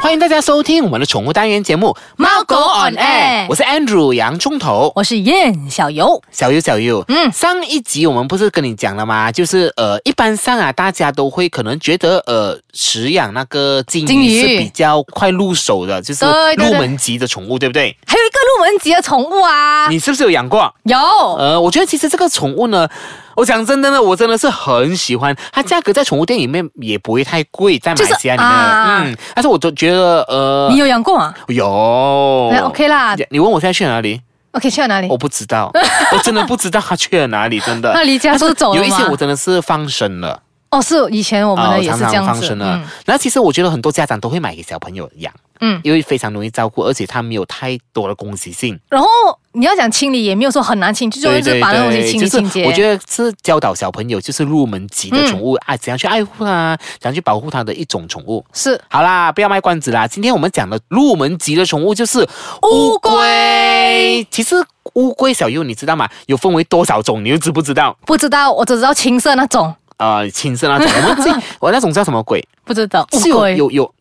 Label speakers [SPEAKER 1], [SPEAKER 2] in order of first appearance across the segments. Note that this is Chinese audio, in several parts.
[SPEAKER 1] 欢迎大家收听我们的宠物单元节目《
[SPEAKER 2] 猫狗 on air
[SPEAKER 1] 我是 Andrew 洋葱头。
[SPEAKER 2] 我是燕小游，
[SPEAKER 1] 小优，小优，
[SPEAKER 2] 嗯
[SPEAKER 1] 上一集我们不是跟你讲了吗？就是呃，一般上啊，大家都会可能觉得呃，饲养那个金
[SPEAKER 2] 金
[SPEAKER 1] 鱼
[SPEAKER 2] 鱼
[SPEAKER 1] 是比较快入手的，就是
[SPEAKER 2] 对对
[SPEAKER 1] 入
[SPEAKER 2] 对
[SPEAKER 1] 门级的宠物，对不对？
[SPEAKER 2] 还有一个入门级的宠物啊，
[SPEAKER 1] 你是不是有养过？
[SPEAKER 2] 有
[SPEAKER 1] 呃，我觉得其实这个宠物呢，我讲真的呢，我真的是很喜欢它，价格在宠物店里面也不会太贵，在马来西亚里面，
[SPEAKER 2] 就是啊
[SPEAKER 1] 嗯，但是我都觉得呃，
[SPEAKER 2] 你有养过吗？
[SPEAKER 1] 有
[SPEAKER 2] 哎，OK 啦
[SPEAKER 1] 你你问我现在去哪里？
[SPEAKER 2] ，OK 去了哪里
[SPEAKER 1] 我？不知道， 我真的不知道它去了哪里，真的。
[SPEAKER 2] 那离啊家出走
[SPEAKER 1] 有
[SPEAKER 2] 了
[SPEAKER 1] 一些我
[SPEAKER 2] 吗？
[SPEAKER 1] 真的是放生了，
[SPEAKER 2] 哦，是以前我们
[SPEAKER 1] 啊
[SPEAKER 2] 的
[SPEAKER 1] 我
[SPEAKER 2] 也
[SPEAKER 1] 常
[SPEAKER 2] 是这
[SPEAKER 1] 常
[SPEAKER 2] 样
[SPEAKER 1] 放
[SPEAKER 2] 子，
[SPEAKER 1] 生啊了。然后其实我觉得很多家长都会买给小朋友养，
[SPEAKER 2] 嗯嗯，
[SPEAKER 1] 因为非常容易照顾，而且它没有太多的攻击性。
[SPEAKER 2] 然后你要讲清理也没有说很难清，就是一直把那东西清理清
[SPEAKER 1] 就
[SPEAKER 2] 洁。嗯
[SPEAKER 1] 是我觉得是教导小朋友就是入门级的宠物、啊，怎样去爱护它，怎样去保护它的一种宠物。
[SPEAKER 2] 是
[SPEAKER 1] 好啦，不要卖关子啦。今天我们讲的入门级的宠物就是
[SPEAKER 2] 乌龟
[SPEAKER 1] 龟。其实乌龟小优你知道吗？有分为多少种？你又知不知道？
[SPEAKER 2] 不知道，我只知道青色那种，
[SPEAKER 1] 呃，青色那种，我们 自己我那种叫什么鬼？
[SPEAKER 2] 不知道
[SPEAKER 1] 是
[SPEAKER 2] 乌
[SPEAKER 1] 有
[SPEAKER 2] 龟
[SPEAKER 1] 有 有，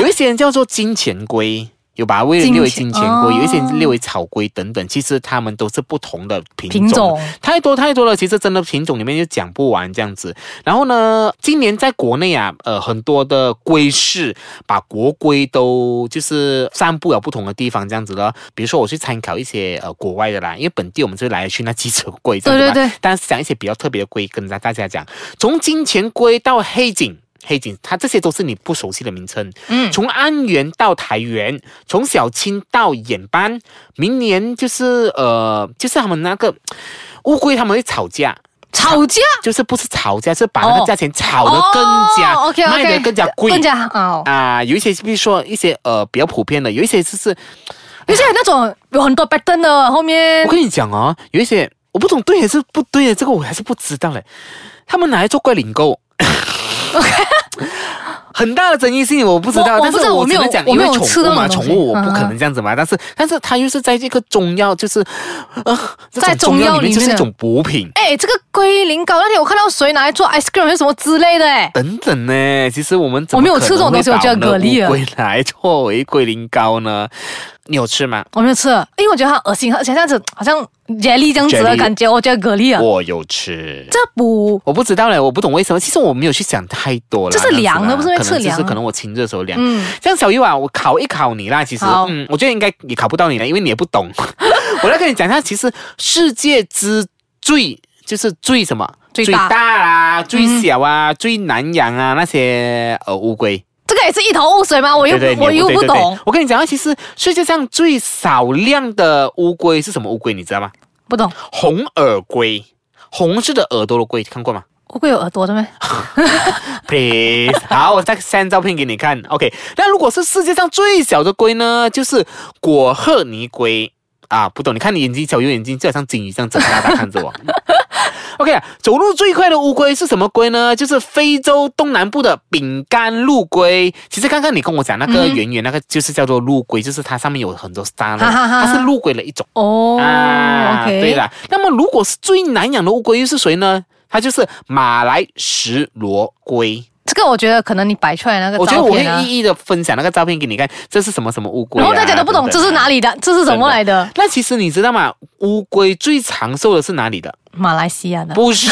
[SPEAKER 1] 有一些人叫做金钱龟。有把它为
[SPEAKER 2] 金
[SPEAKER 1] 列为
[SPEAKER 2] 钱
[SPEAKER 1] 金钱龟，有一些
[SPEAKER 2] 哦
[SPEAKER 1] 列为草龟等等，其实它们都是不同的品种，
[SPEAKER 2] 品种
[SPEAKER 1] 太多太多了。其实真的品种里面就讲不完这样子。然后呢，今年在国内啊，呃，很多的龟市把国龟都就是散布了啊不同的地方这样子了。比如说我去参考一些呃国外的啦，因为本地我们就来来去那几种龟，这样子嘛
[SPEAKER 2] 对对对。
[SPEAKER 1] 但是讲一些比较特别的龟，跟大大家讲，从金钱龟到黑颈。黑颈，它这些都是你不熟悉的名称。
[SPEAKER 2] 嗯
[SPEAKER 1] 从安源到台源，从小青到眼斑，明年就是呃，就是他们那个乌龟他们会吵架，
[SPEAKER 2] 吵架
[SPEAKER 1] 就是不是吵架，是把那个
[SPEAKER 2] 哦
[SPEAKER 1] 价钱炒得更加，
[SPEAKER 2] 哦，OK，OK
[SPEAKER 1] 卖得更加贵，
[SPEAKER 2] 更加哦，
[SPEAKER 1] 啊、有一些比如说一些呃比较普遍的，有一些就是呃
[SPEAKER 2] 而且那种有很多 pattern 的后面
[SPEAKER 1] 我跟你讲哦，有一些我不懂对还是不对的，这个我还是不知道嘞。他们拿来做怪领购。 很大的争议性，我不知道，但
[SPEAKER 2] 我我不知
[SPEAKER 1] 是
[SPEAKER 2] 道我
[SPEAKER 1] 只
[SPEAKER 2] 没有
[SPEAKER 1] 能讲，
[SPEAKER 2] 我
[SPEAKER 1] 因
[SPEAKER 2] 没
[SPEAKER 1] 为
[SPEAKER 2] 有
[SPEAKER 1] 宠
[SPEAKER 2] 吃那
[SPEAKER 1] 物嘛，
[SPEAKER 2] 种东
[SPEAKER 1] 宠
[SPEAKER 2] 西
[SPEAKER 1] 物我不
[SPEAKER 2] 嗯
[SPEAKER 1] 可能这样子嘛。但是，但是它又是在这个中药，就是，呃，这种
[SPEAKER 2] 在中药
[SPEAKER 1] 里面就是
[SPEAKER 2] 里
[SPEAKER 1] 一
[SPEAKER 2] 面
[SPEAKER 1] 种补品
[SPEAKER 2] 哎，这个龟苓膏那天我看到谁拿来做 ice cream 还是什么之类的，哎，
[SPEAKER 1] 等等呢。其实我们怎么
[SPEAKER 2] 我没有
[SPEAKER 1] 可能
[SPEAKER 2] 吃这种东西
[SPEAKER 1] 会
[SPEAKER 2] 我觉得
[SPEAKER 1] 把我们的
[SPEAKER 2] 蛤蜊啊
[SPEAKER 1] 乌龟来作为龟苓膏呢？你有吃吗？
[SPEAKER 2] 我哦没有吃，因为我觉得它恶心，而且这样子好像 jelly 这样子的
[SPEAKER 1] Jelly
[SPEAKER 2] 感觉，我觉得蛤蜊啊，
[SPEAKER 1] 我有吃。
[SPEAKER 2] 这补
[SPEAKER 1] 我不知道嘞，我不懂为什么。其实我没有去想太多了，
[SPEAKER 2] 这是凉的
[SPEAKER 1] 这样子啦
[SPEAKER 2] 不是
[SPEAKER 1] 可能
[SPEAKER 2] 会吃
[SPEAKER 1] 只是
[SPEAKER 2] 凉
[SPEAKER 1] 可能我清热的时候凉。
[SPEAKER 2] 嗯
[SPEAKER 1] 这样小玉啊，我考一考你啦。其实
[SPEAKER 2] 好，
[SPEAKER 1] 嗯，我觉得应该也考不到你了，因为你也不 懂。我来跟你讲一下，其实世界之最就是最什么
[SPEAKER 2] 最大嗯
[SPEAKER 1] 啦、最小啊、最难养啊那些呃乌龟。
[SPEAKER 2] 这个也是一头雾水吗？我又
[SPEAKER 1] 对对
[SPEAKER 2] 不我
[SPEAKER 1] 你也
[SPEAKER 2] 又不
[SPEAKER 1] 对对对
[SPEAKER 2] 懂，
[SPEAKER 1] 我跟你讲啊，其实世界上最少量的乌龟是什么乌龟？你知道吗？
[SPEAKER 2] 不懂。
[SPEAKER 1] 红耳龟，红色的耳朵的龟，看过吗？
[SPEAKER 2] 乌龟有耳朵的咩？
[SPEAKER 1] please。好， 我再 send 照片给你看。OK，那如果是世界上最小的龟呢，就是果褐泥龟啊，不懂？你看你眼睛小，有眼睛就好像金鱼这样睁大大看着我。OK，啊走路最快的乌龟是什么龟呢？就是非洲东南部的饼干陆龟。其实刚刚你跟我讲那个
[SPEAKER 2] 嗯哼
[SPEAKER 1] 圆圆那个就是叫做陆龟，就是它上面有很多沙的，
[SPEAKER 2] 哈哈哈
[SPEAKER 1] 它
[SPEAKER 2] 哈
[SPEAKER 1] 是陆龟的一种。
[SPEAKER 2] 哦
[SPEAKER 1] 啊，
[SPEAKER 2] ，OK，
[SPEAKER 1] 对，了，那么如果是最难养的乌龟又是谁呢？它就是马来石螺龟。
[SPEAKER 2] 这个我觉得可能你摆出来那个
[SPEAKER 1] 我觉得
[SPEAKER 2] 照
[SPEAKER 1] 我
[SPEAKER 2] 片啊
[SPEAKER 1] 会，一一的分享那个照片给你看，这是什么什么乌龟、啊，
[SPEAKER 2] 然后大家都不懂这是哪
[SPEAKER 1] 里。
[SPEAKER 2] 里的，这是怎么来的？
[SPEAKER 1] 那其实你知道吗？乌龟最长寿的是哪里的？
[SPEAKER 2] 马来西亚的。
[SPEAKER 1] 不是，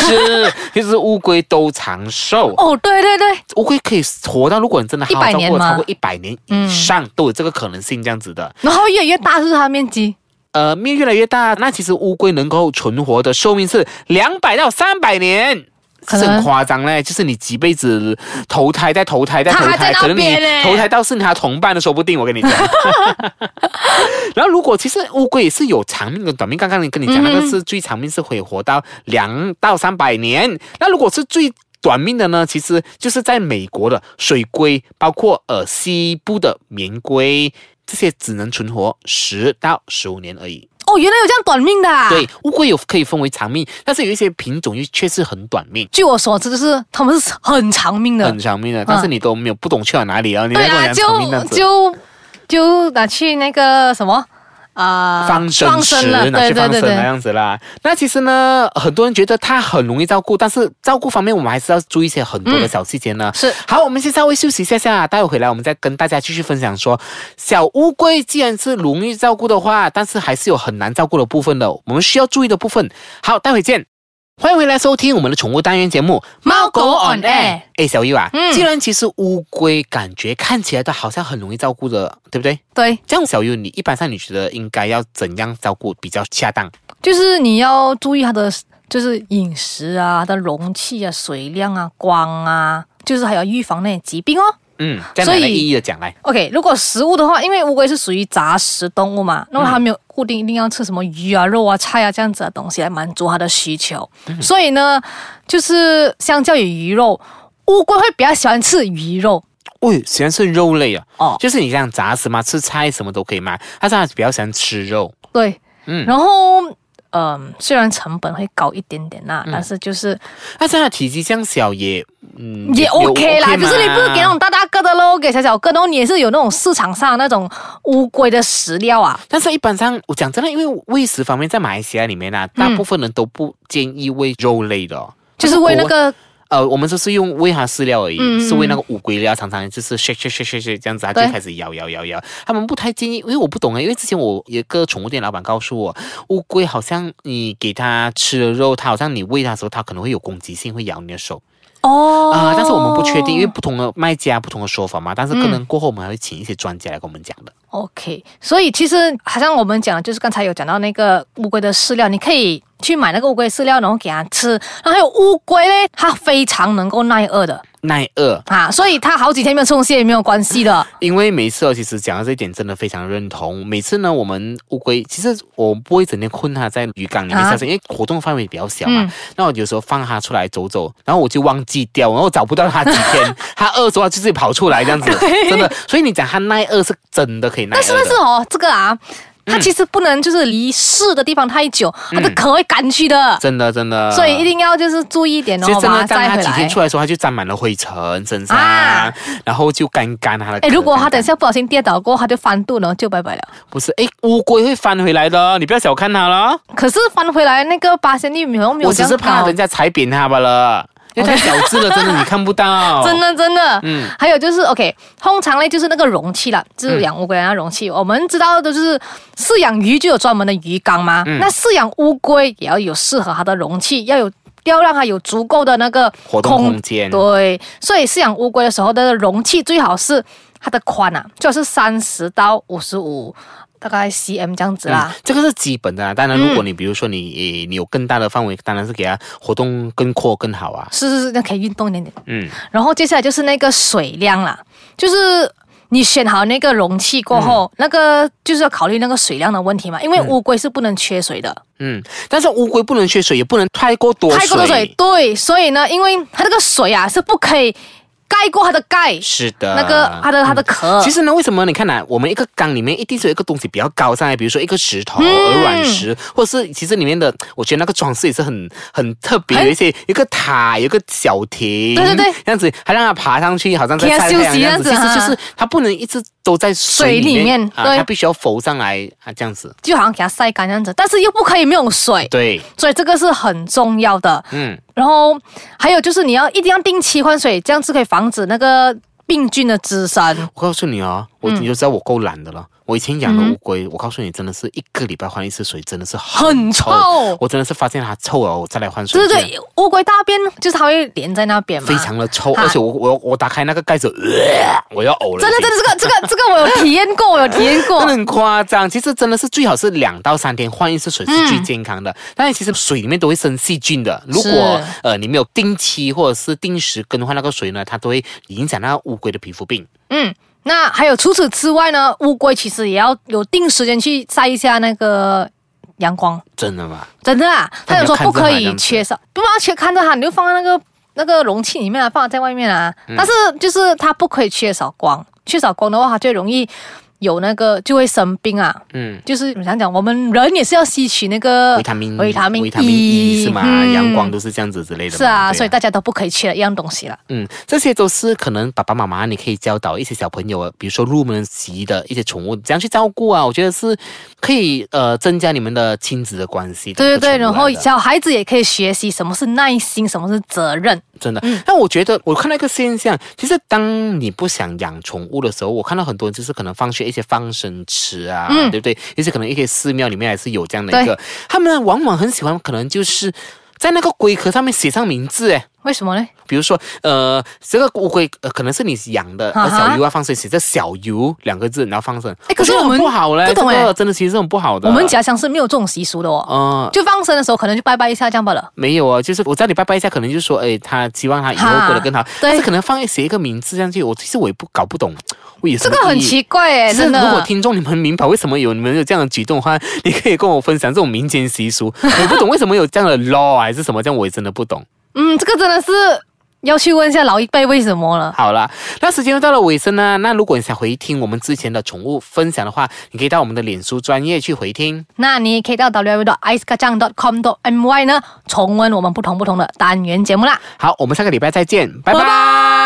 [SPEAKER 1] 其实乌龟都长 寿。
[SPEAKER 2] 哦，对对对，
[SPEAKER 1] 乌龟可以活到，如果你真的好好
[SPEAKER 2] 100
[SPEAKER 1] 照
[SPEAKER 2] 年
[SPEAKER 1] 顾，
[SPEAKER 2] 吗
[SPEAKER 1] 超过一百年嗯以上、都有这个可能性，这样子的。
[SPEAKER 2] 然后越来越大，是不是它的面积？
[SPEAKER 1] 呃，面越来越大，那其实乌龟能够存活的寿命是两百到三百年。
[SPEAKER 2] 可
[SPEAKER 1] 是
[SPEAKER 2] 能
[SPEAKER 1] 很夸张嘞，就是你几辈子投胎再投胎再投
[SPEAKER 2] 它还
[SPEAKER 1] 胎，
[SPEAKER 2] 在那
[SPEAKER 1] 可能你
[SPEAKER 2] 边嘞
[SPEAKER 1] 投胎到是他同伴的，说不定我跟你讲。 然后如果其实乌龟也是有长命跟短命，刚刚你跟你讲、
[SPEAKER 2] 嗯
[SPEAKER 1] 那个是最长命是可以活到两到三百年，那如果是最短命的呢，其实就是在美国的水龟，包括呃西部的棉龟。这些只能存活十到十五年而已。
[SPEAKER 2] 哦，原来有这样短命的。啊
[SPEAKER 1] 对，，乌龟有可以分为长命，但是有一些品种又确实很短命。
[SPEAKER 2] 据我所知，就是它们是很长命的
[SPEAKER 1] 很。长命的，但是你都没有不懂去了哪里啊？你
[SPEAKER 2] 对
[SPEAKER 1] 来跟我
[SPEAKER 2] 啊，
[SPEAKER 1] 讲长命这
[SPEAKER 2] 就
[SPEAKER 1] 样子，
[SPEAKER 2] 就就拿去那个什么啊、
[SPEAKER 1] 放生
[SPEAKER 2] 放
[SPEAKER 1] 池
[SPEAKER 2] 生了，
[SPEAKER 1] 拿
[SPEAKER 2] 对
[SPEAKER 1] 去
[SPEAKER 2] 对
[SPEAKER 1] 放
[SPEAKER 2] 对
[SPEAKER 1] 生哎那
[SPEAKER 2] 对，
[SPEAKER 1] 样子啦。那其实呢，很多人觉得它很容易照顾，但是照顾方面我们还是要注意一些很多的小细节呢。
[SPEAKER 2] 是
[SPEAKER 1] 好，我们先稍微休息一下下，待会回来我们再跟大家继续分享说，小乌龟既然是容易照顾的话，但是还是有很难照顾的部分的，我们需要注意的部分。好，待会见。欢迎回来收听我们的宠物单元节目《
[SPEAKER 2] 猫狗 on air
[SPEAKER 1] 哎，小玉啊，
[SPEAKER 2] 嗯
[SPEAKER 1] 既然其实乌龟感觉看起来都好像很容易照顾的，对不对？
[SPEAKER 2] 对，
[SPEAKER 1] 这样，小优，你一般上你觉得应该要怎样照顾比较恰当？
[SPEAKER 2] 就是你要注意它的就是饮食啊、它的容器啊、水量啊、光啊，就是还要预防那些疾病哦。
[SPEAKER 1] 嗯，这样
[SPEAKER 2] 所
[SPEAKER 1] 来
[SPEAKER 2] 以
[SPEAKER 1] 来一一的讲来。
[SPEAKER 2] OK，如果食物的话，因为乌龟是属于杂食动物
[SPEAKER 1] 嗯
[SPEAKER 2] 嘛，那么它没有固定一定要吃什么鱼啊、肉啊、菜啊这样子的东西来满足它的需求，
[SPEAKER 1] 嗯
[SPEAKER 2] 所以呢，就是相较于鱼肉，乌龟会比较喜欢吃鱼肉
[SPEAKER 1] 喂、喜欢吃肉类啊，
[SPEAKER 2] 哦，
[SPEAKER 1] 就是你这样杂食嘛，吃菜什么都可以嘛，但是他比较喜欢吃肉。
[SPEAKER 2] 对，
[SPEAKER 1] 嗯
[SPEAKER 2] 然后嗯、虽然成本会高一点点啦，
[SPEAKER 1] 嗯
[SPEAKER 2] 但是就是
[SPEAKER 1] 但是他体积这样小也，嗯，
[SPEAKER 2] 也 OK 啦，
[SPEAKER 1] OK
[SPEAKER 2] 可是你不是给那
[SPEAKER 1] 嘛
[SPEAKER 2] 种大大个的喽，给小小个的咯，然后你也是有那种市场上那种乌龟的食料啊，
[SPEAKER 1] 但是一般上，我讲真的，因为喂食方面在马来西亚里面啊，大部分人都不建议喂肉类的哦、
[SPEAKER 2] 就是喂那
[SPEAKER 1] 但是国
[SPEAKER 2] 个
[SPEAKER 1] 呃，我们就是用喂它饲料而已，
[SPEAKER 2] 嗯嗯
[SPEAKER 1] 是喂那个乌龟料，常常就是 shake shake shake shake shake 这样子，它
[SPEAKER 2] 对
[SPEAKER 1] 就开始摇摇摇摇。他们不太建议，因为我不懂啊，因为之前我有个宠物店老板告诉我，乌龟好像你给它吃了肉，它好像你喂它的时候，它可能会有攻击性，会咬你的手
[SPEAKER 2] 哦
[SPEAKER 1] 啊、但是我们不确定，因为不同的卖家不同的说法嘛。但是可能过后我们还会请一些专家来跟我们讲
[SPEAKER 2] 嗯
[SPEAKER 1] 的。
[SPEAKER 2] OK，所以其实好像我们讲，就是刚才有讲到那个乌龟的饲料，你可以去买那个乌龟饲料，然后给它吃。然后还有乌龟嘞，它非常能够耐饿的
[SPEAKER 1] 耐饿，
[SPEAKER 2] 啊，所以它好几天没有吃东西也没有关系的。
[SPEAKER 1] 因为每次哦，其实讲到这一点，真的非常认同。每次呢，我们乌龟其实我不会整天困它在鱼缸里面
[SPEAKER 2] 啊
[SPEAKER 1] 下水，因为活动范围比较小嘛。
[SPEAKER 2] 嗯
[SPEAKER 1] 那我有时候放它出来走走，然后我就忘记掉，然后找不到它几 天，它饿的时候它就自己跑出来这样子，真的。所以你讲它耐饿是真的可以耐
[SPEAKER 2] 但
[SPEAKER 1] 饿
[SPEAKER 2] 是但是
[SPEAKER 1] 的。
[SPEAKER 2] 哦，这个啊，
[SPEAKER 1] 嗯
[SPEAKER 2] 它其实不能就是离市的地方太久，它的壳会赶去的，
[SPEAKER 1] 真的真的，
[SPEAKER 2] 所以一定要就是注意一点哦，
[SPEAKER 1] 其实真
[SPEAKER 2] 把
[SPEAKER 1] 的，
[SPEAKER 2] 它
[SPEAKER 1] 当
[SPEAKER 2] 带
[SPEAKER 1] 它
[SPEAKER 2] 回
[SPEAKER 1] 几天
[SPEAKER 2] 来
[SPEAKER 1] 出。来的时候，它就沾满了灰尘身上，
[SPEAKER 2] 啊
[SPEAKER 1] 然后就干干它的壳。
[SPEAKER 2] 哎，如果它
[SPEAKER 1] 干干
[SPEAKER 2] 等一下不小心跌倒过后，它就翻肚了，然后就拜拜了。
[SPEAKER 1] 不是哎，乌龟会翻回来的，你不要小看它了。
[SPEAKER 2] 可是翻回来那个八仙玉米好像没有
[SPEAKER 1] 我
[SPEAKER 2] 这
[SPEAKER 1] 只
[SPEAKER 2] 样啊
[SPEAKER 1] 是怕
[SPEAKER 2] 高
[SPEAKER 1] 人家踩扁它罢了， 因为太小只了，真的你看不 到。
[SPEAKER 2] 真的真的，
[SPEAKER 1] 嗯嗯
[SPEAKER 2] 嗯，还有就是 OK，通常嘞就是那个容器啦，就是养乌龟啊的那容器，我们知道的就是饲养鱼就有专门的鱼缸嘛，
[SPEAKER 1] 嗯
[SPEAKER 2] 那饲养乌龟也要有适合它的容器，要有。要让它有足够的那个
[SPEAKER 1] 活动空间
[SPEAKER 2] 对，所以饲养乌龟的时候的容器最好是它的宽啊，最好是三十到五十五，大概 cm 这样子啦
[SPEAKER 1] 嗯。这个是嗯基本的啦。当然，如果你比如说你你有更大的范围，当然是给它活动更阔更好啊。
[SPEAKER 2] 是是是，那可以运动一点点。
[SPEAKER 1] 嗯，
[SPEAKER 2] 然后接下来就是那个水量啦，就是你选好那个容器过后，
[SPEAKER 1] 嗯
[SPEAKER 2] 那个就是要考虑那个水量的问题嘛，因为乌龟是不能缺水的，
[SPEAKER 1] 嗯，但是乌龟不能缺水，也不能太过多水。
[SPEAKER 2] 太过多水，对，所以呢，因为它那个水啊是不可以盖过它的盖，
[SPEAKER 1] 是啊嗯的，
[SPEAKER 2] 那个它的它的壳。
[SPEAKER 1] 其实呢，为什么你看呐、我们一个缸里面一定是有一个东西比较高上来，比如说一个石
[SPEAKER 2] 嗯
[SPEAKER 1] 头、鹅卵石，或者是其实里面的，我觉得那个装饰也是很很特别，
[SPEAKER 2] 很
[SPEAKER 1] 有一些有一个塔，有一个小亭，
[SPEAKER 2] 对对对，
[SPEAKER 1] 这样子还让它爬上去，好像在
[SPEAKER 2] 给它
[SPEAKER 1] 晒太
[SPEAKER 2] 休
[SPEAKER 1] 阳
[SPEAKER 2] 息
[SPEAKER 1] 这样子，
[SPEAKER 2] 啊这
[SPEAKER 1] 其
[SPEAKER 2] 样子
[SPEAKER 1] 实就
[SPEAKER 2] 哈
[SPEAKER 1] 是它不能一直都在水
[SPEAKER 2] 水里
[SPEAKER 1] 里面，
[SPEAKER 2] 面
[SPEAKER 1] 啊，
[SPEAKER 2] 对
[SPEAKER 1] 它必须要浮上来啊，这样子，
[SPEAKER 2] 就好像给它晒干这样子，但是又不可以没有水，
[SPEAKER 1] 对，
[SPEAKER 2] 所以这个是很重要的。
[SPEAKER 1] 嗯，
[SPEAKER 2] 然后还有就是你要一定要定期换水，这样子可以防止那个病菌的滋生。
[SPEAKER 1] 我告诉你哦，
[SPEAKER 2] 嗯
[SPEAKER 1] 我你就知道我够懒的了。我以前养的乌龟，我告诉你，真的是一个礼拜换一次水，真的是很
[SPEAKER 2] 很
[SPEAKER 1] 臭。
[SPEAKER 2] 臭
[SPEAKER 1] 我真的是发现它臭了，我再来换水。
[SPEAKER 2] 对对对，乌龟大便就是它会连在那边嘛，
[SPEAKER 1] 非常的臭，
[SPEAKER 2] 啊
[SPEAKER 1] 而且我我我打开那个盖子，呃我要呕了。
[SPEAKER 2] 真的，真的，这个这个这个我有体验过，我有体验过
[SPEAKER 1] 真的。很夸张。其实真的是最好是两到三天换一次水是最健康的。但是其实水里面都会生细菌的，如果
[SPEAKER 2] 嗯是
[SPEAKER 1] 呃你没有定期或者是定时更换那个水呢，它都会影响那个乌龟的皮肤病。
[SPEAKER 2] 嗯，那还有除此之外呢，乌龟其实也要有定时间去晒一下那个阳光，
[SPEAKER 1] 真的吗？
[SPEAKER 2] 真的啊。
[SPEAKER 1] 那
[SPEAKER 2] 他
[SPEAKER 1] 你
[SPEAKER 2] 有
[SPEAKER 1] 要
[SPEAKER 2] 说
[SPEAKER 1] 看着
[SPEAKER 2] 不
[SPEAKER 1] 它
[SPEAKER 2] 可
[SPEAKER 1] 这
[SPEAKER 2] 以
[SPEAKER 1] 样子
[SPEAKER 2] 缺少，不要缺看着它，你就放在那个那个容器里面啊，
[SPEAKER 1] 嗯
[SPEAKER 2] 放在外面啊。但是就是它不可以缺少光，缺少光的话，它就容易有那个就会生病啊。
[SPEAKER 1] 嗯，
[SPEAKER 2] 就是我想讲，我们人也是要吸取那个
[SPEAKER 1] 维他命
[SPEAKER 2] 呃维他命
[SPEAKER 1] 维他命 E 是吗？
[SPEAKER 2] 嗯
[SPEAKER 1] 阳光都是这样子之类的嘛。
[SPEAKER 2] 是啊，
[SPEAKER 1] 对
[SPEAKER 2] 所以大家都不可以缺了一样东西了。
[SPEAKER 1] 嗯，这些都是可能爸爸妈妈你可以教导一些小朋友，比如说入门级的一些宠物怎样去照顾啊，我觉得是可以呃增加你们的亲子的关系的
[SPEAKER 2] 对
[SPEAKER 1] 一个宠
[SPEAKER 2] 对
[SPEAKER 1] 物
[SPEAKER 2] 对，
[SPEAKER 1] 来的。
[SPEAKER 2] 然后小孩子也可以学习什么是耐心，什么是责任。
[SPEAKER 1] 真的，
[SPEAKER 2] 嗯
[SPEAKER 1] 但我觉得我看到一个现象，其实当你不想养宠物的时候，我看到很多人就是可能放学一些放生池啊，
[SPEAKER 2] 嗯
[SPEAKER 1] 对不对？一些可能一些寺庙里面还是有这样的一个，他们往往很喜欢，可能就是在那个龟壳上面写上名字，哎。
[SPEAKER 2] 为什么呢？
[SPEAKER 1] 比如说，呃，这个乌龟、呃、可能是你养的，
[SPEAKER 2] 啊
[SPEAKER 1] 而
[SPEAKER 2] 哈
[SPEAKER 1] 小鱼啊放生写着“小游”两个字，然后放生，
[SPEAKER 2] 哎可是
[SPEAKER 1] 我觉得
[SPEAKER 2] 我们
[SPEAKER 1] 很不好嘞，
[SPEAKER 2] 不懂
[SPEAKER 1] 这个
[SPEAKER 2] 哎
[SPEAKER 1] 真的其实是很不好的。
[SPEAKER 2] 我们家乡是没有这种习俗的哦。
[SPEAKER 1] 嗯，
[SPEAKER 2] 就放生的时候，可能就拜拜一下这样罢了。
[SPEAKER 1] 没有啊，就是我叫你拜拜一下，可能就是说，哎，他希望他以后过得更好
[SPEAKER 2] 哈，对
[SPEAKER 1] 但是可能放一写一个名字上去，我其实我也不搞不懂，我也
[SPEAKER 2] 这个很奇怪哎，
[SPEAKER 1] 其实
[SPEAKER 2] 真
[SPEAKER 1] 如果
[SPEAKER 2] 的。
[SPEAKER 1] 听众你们明白为什么有你们有这样的举动的话，你可以跟我分享这种民间习俗。我不懂为什么有这样的 law 啊还是什么，这样我也真的不懂。
[SPEAKER 2] 嗯，这个真的是要去问一下老一辈为什么了。
[SPEAKER 1] 好了，那时间又到了尾声呢。那如果你想回听我们之前的宠物分享的话，你可以到我们的脸书专业去回听。
[SPEAKER 2] 那你也可以到 w w i c e k a j a n g c o m m y 呢重温我们不同不同的单元节目啦。
[SPEAKER 1] 好，我们下个礼拜再见，拜
[SPEAKER 2] 拜
[SPEAKER 1] 拜